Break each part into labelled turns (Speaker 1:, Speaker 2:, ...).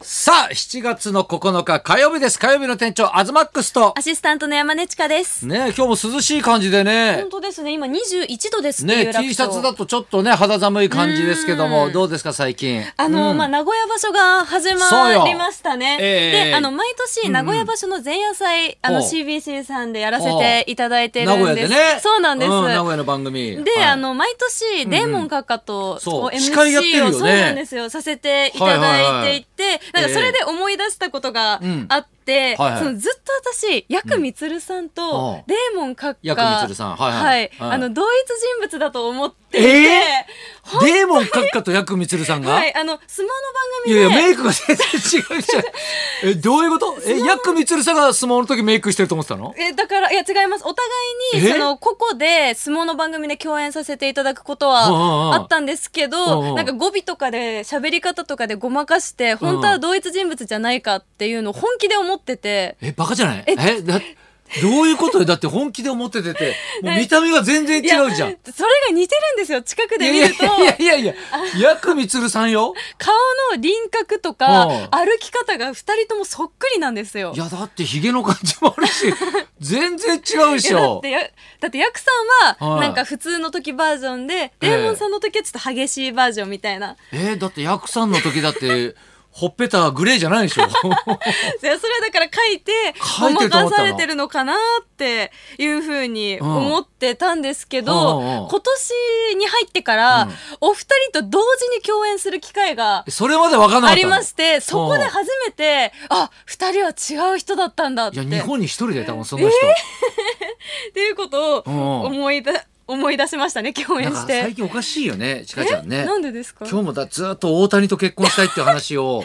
Speaker 1: さあ、7月の9日火曜日です。火曜日の店長、アズマックスと。
Speaker 2: アシスタントの山根千佳です。
Speaker 1: ねえ今日も涼しい感じでね
Speaker 2: 本。当ですね。今21度ですってい
Speaker 1: ね
Speaker 2: う
Speaker 1: え
Speaker 2: 楽
Speaker 1: T シャツだとちょっとね、肌寒い感じですけども、どうですか、最近。
Speaker 2: あの、まあ、名古屋場所が始
Speaker 1: そう
Speaker 2: ま
Speaker 1: よ
Speaker 2: りましたね。
Speaker 1: ええ
Speaker 2: で、あの、毎年、名古屋場所の前夜祭、あの、
Speaker 1: お
Speaker 2: CBC さんでやらせていただいて
Speaker 1: 名
Speaker 2: るん
Speaker 1: 古屋
Speaker 2: で。
Speaker 1: ですね。
Speaker 2: そうなんです。
Speaker 1: 名古屋の番組。
Speaker 2: で、
Speaker 1: はい
Speaker 2: あ、の、毎年、デーモン閣下と、
Speaker 1: そう
Speaker 2: こう
Speaker 1: 司会やってるよ
Speaker 2: MC を、
Speaker 1: ね
Speaker 2: そうなんですよ、させていただいていて、
Speaker 1: はいはいはい
Speaker 2: なんかそれで思い出したことが
Speaker 1: うん
Speaker 2: あって、
Speaker 1: はいはい
Speaker 2: そのずっと私、ヤクミツルさん
Speaker 1: う
Speaker 2: と
Speaker 1: ん、
Speaker 2: デーモン閣下、
Speaker 1: ヤクミツルさんはいはいはい
Speaker 2: あの、同一人物だと思っていて、
Speaker 1: ええデーモン閣下とヤクミツルさんが、、
Speaker 2: はいい、あの、相撲の番組
Speaker 1: やい
Speaker 2: で、
Speaker 1: や、メイクが全然違う じゃん。え、どういうことえ、ヤクミツルさんが相撲の時メイクしてると思ってたの
Speaker 2: えだからいや違いますお互いに
Speaker 1: え
Speaker 2: その個々で相撲の番組で共演させていただくこと
Speaker 1: うんうん
Speaker 2: はあったんですけ
Speaker 1: うんう
Speaker 2: ど
Speaker 1: ん
Speaker 2: なんか語尾とかで喋り方とかでごまかして本当は同一人物じゃないかっていうのを本気で思ってて。
Speaker 1: え、バカじゃないえだ、どういうことよだって本気で思っててて、もう見た目が全然
Speaker 2: いや
Speaker 1: 違うじゃん。い
Speaker 2: それが似てるんですよ近くで
Speaker 1: やい
Speaker 2: 見
Speaker 1: や
Speaker 2: る
Speaker 1: い
Speaker 2: と
Speaker 1: やいやいや、ヤクミツルさん よ。
Speaker 2: 顔の輪郭と
Speaker 1: うん
Speaker 2: か歩き方が2人ともそっくりなんですよ
Speaker 1: い。や、だってヒゲの感じもある し、全然違うで
Speaker 2: い
Speaker 1: し
Speaker 2: やだっ
Speaker 1: ょ
Speaker 2: て。やだってヤクさん
Speaker 1: は
Speaker 2: はいなんか普通の時バージョンで、
Speaker 1: ええ
Speaker 2: デーモンさんの時はちょっと激しいバージョンみたいな
Speaker 1: えだってヤクさんの時だって、ほっぺたグレーじゃ ないでしょ。
Speaker 2: いやそれはだから書いて
Speaker 1: 書
Speaker 2: ご
Speaker 1: いて
Speaker 2: ま
Speaker 1: ると思ったの
Speaker 2: かされてるのかなっていうふうに思ってたんですけど、
Speaker 1: うんうんうん
Speaker 2: 今年に入ってから、
Speaker 1: うん
Speaker 2: お二人と同時に共演する機会が
Speaker 1: それまでわかんなかったの。
Speaker 2: ありましてそこで初めてあ二人は違う人だったんだっ
Speaker 1: い
Speaker 2: て
Speaker 1: や、
Speaker 2: っ
Speaker 1: 日本に一人でいたもん、そんな人。
Speaker 2: ていうことを
Speaker 1: うん
Speaker 2: 思いだ思い出しましたね共
Speaker 1: な
Speaker 2: 演
Speaker 1: んか
Speaker 2: して
Speaker 1: 最。近おかしいよね、ちかちゃんね。
Speaker 2: なんでですか
Speaker 1: 今日もだずーっと大谷と結婚したいっていう話 を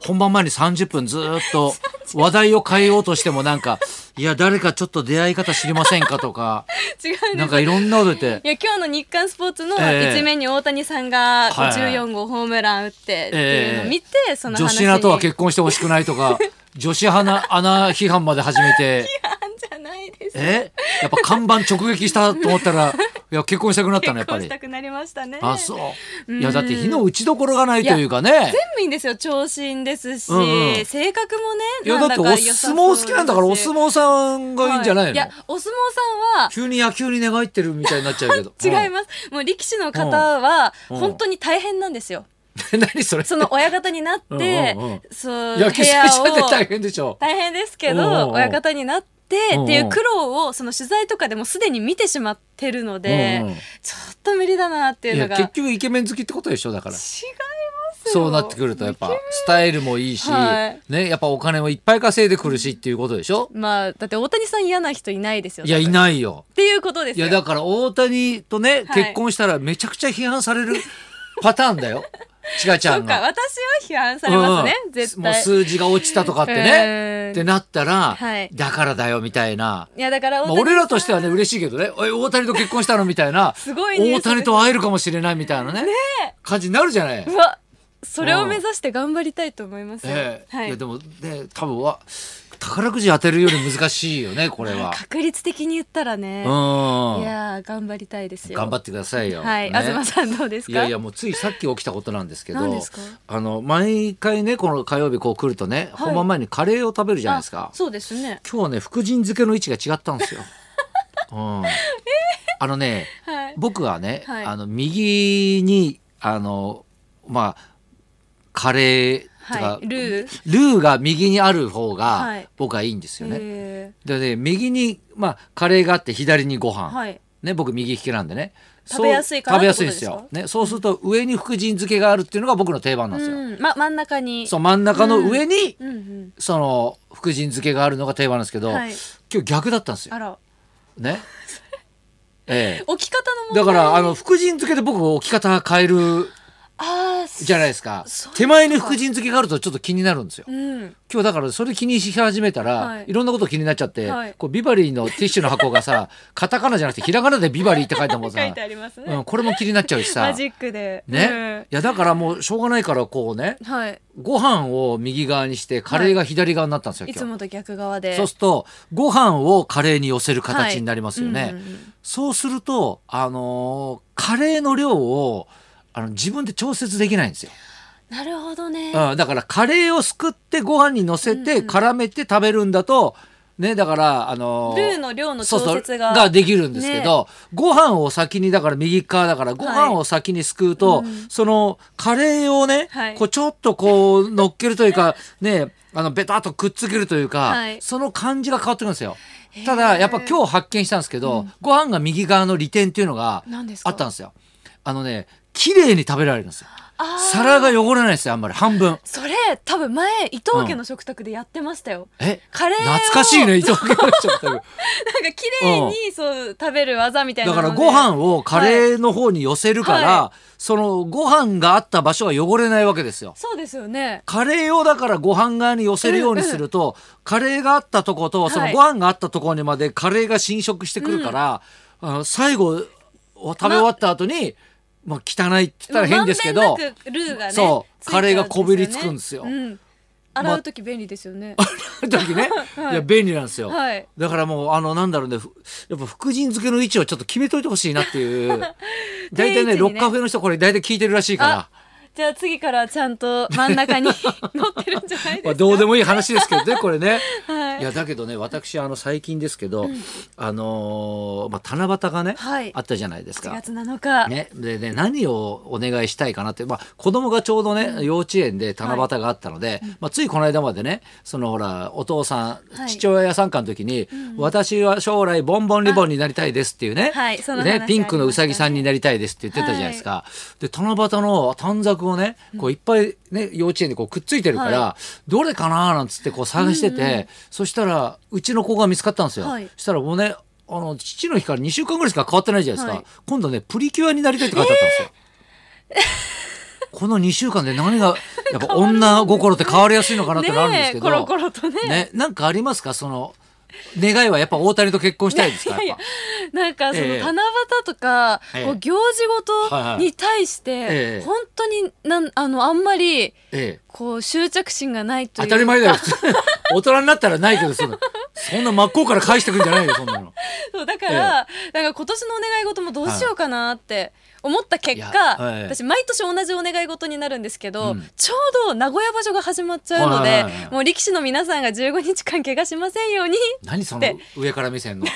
Speaker 1: 本番前に30分ずーっと話題を変えようとしてもなんかいや誰かちょっと出会い方知りませんかと か
Speaker 2: 違うん
Speaker 1: な
Speaker 2: で
Speaker 1: ん
Speaker 2: す
Speaker 1: かいろんなこと言って
Speaker 2: いや今日の日刊スポーツの
Speaker 1: ええ
Speaker 2: 一面に大谷さん
Speaker 1: は
Speaker 2: が
Speaker 1: い
Speaker 2: 14号ホームラン打ってっていうのを見て、その
Speaker 1: 女
Speaker 2: 話
Speaker 1: 子
Speaker 2: に
Speaker 1: アナとは結婚してほしくないと か女子アナアナ批判まで始めて
Speaker 2: なんじゃ ないです。
Speaker 1: えやっぱ看板直撃したと思った らいや結婚したくなったのやっ
Speaker 2: 結
Speaker 1: ぱ
Speaker 2: 婚し
Speaker 1: り
Speaker 2: た。くなりましたね。
Speaker 1: あ
Speaker 2: 全
Speaker 1: そういやだって火の打ちどころがないというかね
Speaker 2: 部いいんですよ。長身ですし、
Speaker 1: うんうん
Speaker 2: 性格もね。
Speaker 1: いやだ
Speaker 2: な
Speaker 1: っ
Speaker 2: ん
Speaker 1: てお
Speaker 2: か良
Speaker 1: 相
Speaker 2: さそう
Speaker 1: 撲好
Speaker 2: ですし
Speaker 1: きなんだからお相撲さんがいいんじゃないの、
Speaker 2: はいや、お相撲さ
Speaker 1: 急に野球に願いってるみたいになっちゃうけど
Speaker 2: ん は違います。もう力士の方は
Speaker 1: うん
Speaker 2: 本当に大変なんですよ。
Speaker 1: す 何それ
Speaker 2: その親方になっ
Speaker 1: うん
Speaker 2: て
Speaker 1: うんうん、
Speaker 2: そう、
Speaker 1: 野球選手って大
Speaker 2: 大
Speaker 1: 変でしょ
Speaker 2: 変ですけ
Speaker 1: うんうんう
Speaker 2: ど、
Speaker 1: ん
Speaker 2: 親方になって、
Speaker 1: うんうん
Speaker 2: っていう苦労をその取材とかでもすでに見てしまってるので、
Speaker 1: うんうん
Speaker 2: ちょっと無理だなってい
Speaker 1: いう
Speaker 2: の
Speaker 1: や
Speaker 2: が
Speaker 1: 結局イケメン好きってことでしょだから
Speaker 2: 違いますよ
Speaker 1: そうなってくるとやっぱスタイルもいいし、
Speaker 2: はい
Speaker 1: ねやっぱお金もいっぱい稼いでくるしっていうことでしょ
Speaker 2: まあだって大谷さん嫌な人いないですよ
Speaker 1: いやい
Speaker 2: いっ
Speaker 1: ないよ
Speaker 2: ていうことです
Speaker 1: い
Speaker 2: よ
Speaker 1: やだから大谷とね
Speaker 2: はい
Speaker 1: 結婚したらめちゃくちゃ批判される パターンだよちかちゃ
Speaker 2: そ
Speaker 1: ん
Speaker 2: うか
Speaker 1: が。
Speaker 2: 私は批判されますね、
Speaker 1: うん
Speaker 2: 絶
Speaker 1: もう
Speaker 2: 対
Speaker 1: 数字が落ちたとかってね
Speaker 2: うん
Speaker 1: ってなったら、
Speaker 2: はい
Speaker 1: だからだよみたいない
Speaker 2: やだから大
Speaker 1: まあ、
Speaker 2: 谷さん
Speaker 1: 俺らとしてはね嬉しいけどねおい大谷と結婚したのみたいな
Speaker 2: すごいニュー
Speaker 1: 大
Speaker 2: スです
Speaker 1: 谷と会えるかもしれないみたいなね感じになるじゃない。
Speaker 2: うわそれを目指して頑張りたいと思いますよ、
Speaker 1: ええ、
Speaker 2: はいい
Speaker 1: やでもね多分は宝くじ当てるより難しいよ ねこれは。
Speaker 2: 確率的に言ったら
Speaker 1: う
Speaker 2: ね
Speaker 1: ん、
Speaker 2: いやー頑張りたいですよ
Speaker 1: 頑張
Speaker 2: っ
Speaker 1: ってくださいよ。
Speaker 2: はい、
Speaker 1: ね
Speaker 2: 東さんどうですか
Speaker 1: いやいやもうついさっき起きたことなんですけど
Speaker 2: 何ですか
Speaker 1: あの毎回ねこの火曜日こう来るとね、
Speaker 2: はい
Speaker 1: 本番前にカレーを食べるじゃないですか
Speaker 2: あ。そうですね
Speaker 1: 今日はね福神漬けの位置が違ったんです よ。うん、あのね
Speaker 2: はい
Speaker 1: 僕はね、
Speaker 2: はい
Speaker 1: あの右にあのまあカレーとか、
Speaker 2: はいルー
Speaker 1: ルーが右にある方
Speaker 2: は
Speaker 1: が
Speaker 2: い
Speaker 1: 僕はいいんですよね。
Speaker 2: え
Speaker 1: でね右にまあカレーがあって左にご飯、
Speaker 2: ーはい
Speaker 1: ね僕右利きなんでね。そう
Speaker 2: 食べやすいかな
Speaker 1: 食べやすいんです
Speaker 2: ってこ
Speaker 1: よ
Speaker 2: と。
Speaker 1: ねそうすると上に福神漬けがあるっていうのが僕の定番なんですよ。
Speaker 2: うんま真ん中に
Speaker 1: そう真ん中の上に、
Speaker 2: うんうん
Speaker 1: その福神漬けがあるのが定番なんですけど、
Speaker 2: はい
Speaker 1: 今日逆だったんですよ
Speaker 2: あ。ら
Speaker 1: ね。 ええ。
Speaker 2: 置き方の問題
Speaker 1: だからあの福神漬けで僕置き方変える
Speaker 2: あー
Speaker 1: じゃないですか
Speaker 2: そういうことか
Speaker 1: 手前に福神漬けがあるとちょっと気になるんですよ
Speaker 2: うん
Speaker 1: 今日だからそれ気にし始めたら、
Speaker 2: はいい、
Speaker 1: ろんなこと気になっちゃって、
Speaker 2: はい
Speaker 1: こうビバリーのティッシュの箱が さカタカナじゃなくてひらがなでビバリーって書いてあるもん
Speaker 2: 書
Speaker 1: さ
Speaker 2: いて、ありますね、
Speaker 1: うん、これも気になっちゃうしさ
Speaker 2: マジックで
Speaker 1: ね、いやだからもうしょうがないからこうね
Speaker 2: うんはい
Speaker 1: ご飯を右側にしてカレーが左側になったんですよ、
Speaker 2: い
Speaker 1: 今日。
Speaker 2: つもと逆側で
Speaker 1: そうするとご飯をカレーに寄せる形になりますよね、
Speaker 2: はいうんうんうん
Speaker 1: そうするとあのーカレーの量をあの自分で調節できないんですよ
Speaker 2: なるほどね。
Speaker 1: うん、だからカレーをすくってご飯にのせ
Speaker 2: うん
Speaker 1: て
Speaker 2: うん
Speaker 1: 絡めて食べるんだと、ねだからあの
Speaker 2: ルーの量の調
Speaker 1: そうそ
Speaker 2: 節
Speaker 1: う
Speaker 2: が。
Speaker 1: ができるんですけど、ご飯を先にだから右側だからご飯を先にすくうと、
Speaker 2: うん
Speaker 1: そのカレーをね、
Speaker 2: はい
Speaker 1: こうちょっとこう乗っけるという かねあのベタっとくっつけるというか、
Speaker 2: はい
Speaker 1: その感じが変わってくるんですよ。ただやっぱ今日発見したんですけど、ご飯が右側の利点っていうのが
Speaker 2: 何ですか
Speaker 1: あったんですよ。あのね綺麗に食べられるんですよ。
Speaker 2: あー
Speaker 1: 皿が汚れないですよあんまり半分。
Speaker 2: それ多分前伊藤家の食卓でやってましたよ、
Speaker 1: え
Speaker 2: カレーを
Speaker 1: 懐かしいね伊藤家の食 卓
Speaker 2: なんか綺麗にそう食べる技みたいな
Speaker 1: だ
Speaker 2: の
Speaker 1: か
Speaker 2: で
Speaker 1: らご飯をカレーの方に寄せるから、
Speaker 2: は
Speaker 1: そのご飯があった場所は汚れないわけですよ
Speaker 2: そうですよね
Speaker 1: カレーをだからご飯側に寄せるようにすると、カレーがあったとことそ
Speaker 2: は
Speaker 1: の
Speaker 2: い
Speaker 1: ご飯があったところにまでカレーが侵食してくるから、あの最後を食べ終わった後に、まあ、汚いって言ったら変ですけ
Speaker 2: ま
Speaker 1: ど
Speaker 2: んべんなくルーがね
Speaker 1: そう
Speaker 2: ついちゃんですよね
Speaker 1: カレーがこびりつくんですよ
Speaker 2: うん洗う時便利ですよね、
Speaker 1: 時ね、
Speaker 2: はい
Speaker 1: いや便利なんですよ。
Speaker 2: はい
Speaker 1: だからもうあのなんだろうねふやっぱ福神漬けの位置をちょっと決めといてほしいなって いう大体
Speaker 2: 定位置にね
Speaker 1: ね六カフェの人これ大体聞いてるらしいか
Speaker 2: じゃあ次からはちゃんと真ん中に 乗ってるんじゃな
Speaker 1: ら、
Speaker 2: いです
Speaker 1: ま
Speaker 2: か
Speaker 1: あ、どうでもいい話ですけ どねこれね。
Speaker 2: はい
Speaker 1: いやだけどね私あの最近ですけど、あのーまあ、七夕がね、
Speaker 2: はい
Speaker 1: あったじゃないです
Speaker 2: 4
Speaker 1: か。
Speaker 2: 月7日、
Speaker 1: ね、でね何をお願いしたいかなって、まあ、子供がちょうどね、幼稚園で七夕があったので、まあ、ついこの間までねそのほらお父さん、
Speaker 2: はい
Speaker 1: 父親参加の時に、私は将来ボンボンリボンになりたいです」っていうね,、
Speaker 2: はいその話あり
Speaker 1: ね
Speaker 2: ましたね
Speaker 1: ピンクのうさぎさんになりたいですって言ってたじゃないですか。で七夕の短冊をねこういっぱい、ね、幼稚園にこうくっついてるから、
Speaker 2: は
Speaker 1: どれかななんつってこう探してて、そしたらうちの子が見つかったんですよ。
Speaker 2: はい
Speaker 1: そしたらもうねあの父の日から2週間ぐらいしか変わってないじゃないですか、
Speaker 2: はい
Speaker 1: 今度ねプリキュアになりたいって書いてあったんですよ。この2週間で何がやっぱ女心って変わりやすいのかなってなるんですけど、
Speaker 2: ねえコロコロとね
Speaker 1: ねなんかありますかその願いはやっぱ大谷と結婚したいですかやっぱ
Speaker 2: いやいなんかその
Speaker 1: え
Speaker 2: 七
Speaker 1: え
Speaker 2: 夕とか、
Speaker 1: ええ
Speaker 2: こう行事ごとに対し
Speaker 1: はいはいえ
Speaker 2: て
Speaker 1: え
Speaker 2: 本当になんあのあんまり
Speaker 1: ええ、
Speaker 2: こう執着心がないと
Speaker 1: 当
Speaker 2: いう
Speaker 1: たり前だよ大人になったらないけどそのそんな真っ向から返してくんじゃないよそんなの。
Speaker 2: そうだから、なんか今年のお願い事もどうしようかなって思った結果、
Speaker 1: はいいやはい
Speaker 2: 私毎年同じお願い事になるんですけど、
Speaker 1: うん
Speaker 2: ちょうど名古屋場所が始まっちゃうの
Speaker 1: は
Speaker 2: で、
Speaker 1: いはいはいはい
Speaker 2: もう力士の皆さんが15日間怪我しませんように
Speaker 1: 何そ
Speaker 2: で
Speaker 1: の上から目線の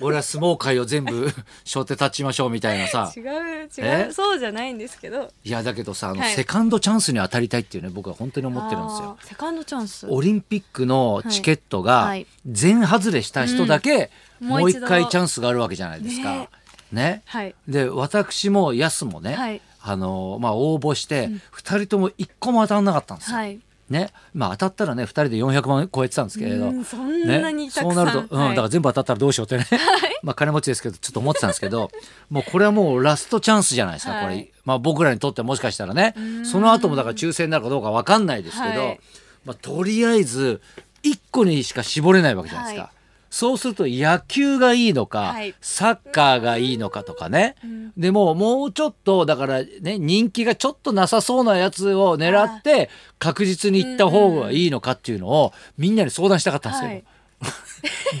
Speaker 1: 俺は相撲界を全部背負って立ちましょうみたいなさ
Speaker 2: 違う違
Speaker 1: え
Speaker 2: うそうじゃないんですけど
Speaker 1: いやだけどさあの、
Speaker 2: はい
Speaker 1: セカンドチャンスに当たりたいっていうね僕は本当に思ってるんですよ
Speaker 2: あ。ーセカンドチャンス
Speaker 1: オリンピックのチケット
Speaker 2: はいは
Speaker 1: が
Speaker 2: い
Speaker 1: 全外れした人だけ、
Speaker 2: うん
Speaker 1: もう一
Speaker 2: もう一度
Speaker 1: 回チャンスがあるわけじゃないですか。ね
Speaker 2: はい
Speaker 1: で私もヤスもね、
Speaker 2: はい
Speaker 1: あのまあ、応募して2人とも1個も当たんなかったんですよ。
Speaker 2: はい
Speaker 1: ねまあ、当たったらね2人で400万超えてたんですけれど、
Speaker 2: うんそん
Speaker 1: ね
Speaker 2: なにたくさん、
Speaker 1: そうなると、うん、だから全部当たったらどうしようってね、 まあ金持ちですけどちょっと思ってたんですけ どもうこれはもうラストチャンスじゃないですか、
Speaker 2: はい
Speaker 1: これ、まあ、僕らにとってはもしかしたらねその後もだから抽選になるかどうか分かんないですけど、
Speaker 2: はい
Speaker 1: まあ、とりあえず1個にしか絞れないわけじゃないですか。
Speaker 2: はい
Speaker 1: そうすると野球がいいのか、
Speaker 2: はい
Speaker 1: サッカーがいいのかとかね、
Speaker 2: ん
Speaker 1: でももうちょっとだからね人気がちょっとなさそうなやつを狙って確実に行った方がいいのかっていうのをみんなに相談したかったんですけど、
Speaker 2: はい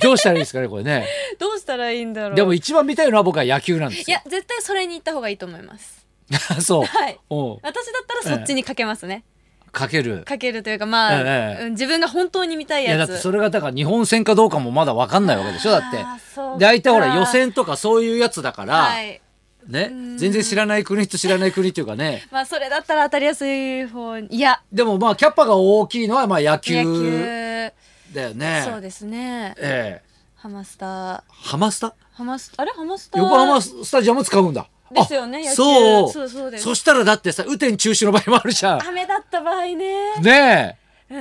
Speaker 1: どうしたらいいですかねこれね
Speaker 2: どうしたらいいんだろう
Speaker 1: でも一番見たいのは僕は野球なんです
Speaker 2: い
Speaker 1: よ
Speaker 2: や絶対それに行った方がいいと思います
Speaker 1: そう、
Speaker 2: はい
Speaker 1: おう
Speaker 2: 私だったらそっちにかけますね、
Speaker 1: かける
Speaker 2: かけるというかまあ、
Speaker 1: ええ
Speaker 2: うん自分が本当に見たい
Speaker 1: いやだ
Speaker 2: や
Speaker 1: って
Speaker 2: つ
Speaker 1: それがだから日本戦かどうかもまだ分かんないわけでしょだって
Speaker 2: あーそうか
Speaker 1: 大体ほら予選とかそういうやつだから、
Speaker 2: はい
Speaker 1: ね
Speaker 2: ん
Speaker 1: 全然知らない国と知らない国っていうかね
Speaker 2: まあそれだったら当たりやすい方にいや
Speaker 1: でもまあキャッパが大きいのはまあ野
Speaker 2: 野
Speaker 1: 球
Speaker 2: 球
Speaker 1: だよね
Speaker 2: そうですね
Speaker 1: ええ
Speaker 2: ハマスタ
Speaker 1: ハマスタ
Speaker 2: ハマスあれハマスタ
Speaker 1: 横浜スタジアム使うんだ。
Speaker 2: ですよね野球
Speaker 1: あそう
Speaker 2: そうそうです
Speaker 1: そしたらだってさ、雨天中止の場合もあるじゃん。
Speaker 2: 雨だった場合ね
Speaker 1: ねえ。
Speaker 2: う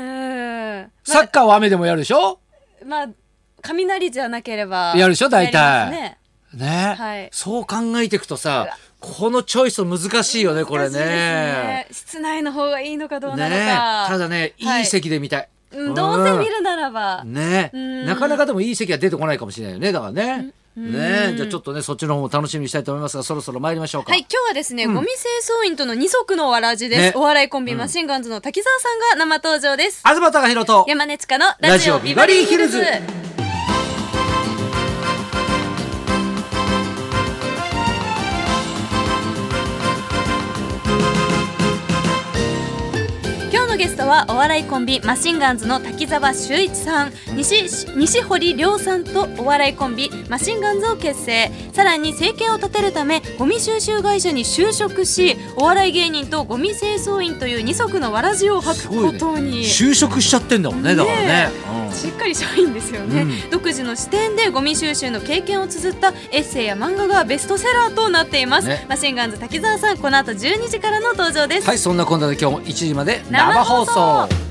Speaker 2: ん
Speaker 1: サッカーは雨でもやるでしょ
Speaker 2: まあ雷じゃなければ
Speaker 1: やるでしょ大体
Speaker 2: やりますね
Speaker 1: ねえ、
Speaker 2: はい
Speaker 1: そう考えていくとさ、このチョイス難しいよね、これ
Speaker 2: 難しいで
Speaker 1: ね。
Speaker 2: すね室内の方がいいのかどうなのか、
Speaker 1: ねえ。ただね、
Speaker 2: はい
Speaker 1: いい席で見たい。
Speaker 2: うんどうせ見るならば、
Speaker 1: うんね
Speaker 2: うん
Speaker 1: え。なかなかでもいい席は出てこないかもしれないよね、だからね。ねえ。じゃあちょっとね、そっちの方も楽しみにしたいと思いますが、そろそろ参りましょうか。
Speaker 2: はい、今日はですね、ゴミ清掃員との二足のわらじです、
Speaker 1: ね
Speaker 2: お笑いコンビ、マシンガンズの滝沢さんが生登場です。
Speaker 1: 東隆弘と。
Speaker 2: 山根千佳のラジオビバリーヒルズ。
Speaker 1: ラジオビバ
Speaker 2: トはお笑いコンビマシンガンズの滝沢秀一さん西西堀亮さんとお笑いコンビマシンガンズを結成さらに生計を立てるためゴミ収集会社に就職しお笑い芸人とゴミ清掃員という二足のわらじを履
Speaker 1: す
Speaker 2: く
Speaker 1: ごい
Speaker 2: こ
Speaker 1: ね
Speaker 2: とに、
Speaker 1: 就職しちゃってんだもんねだからね
Speaker 2: ねしっかり社員ですよね、
Speaker 1: うん
Speaker 2: 独自の視点でゴミ収集の経験を綴ったエッセイや漫画がベストセラーとなっています、
Speaker 1: ね
Speaker 2: マシンガンズ滝沢さんこの後12時からの登場で
Speaker 1: うん
Speaker 2: す、
Speaker 1: はいそんなこんなで今日も1時まで
Speaker 2: 生
Speaker 1: 生放
Speaker 2: 放送
Speaker 1: 送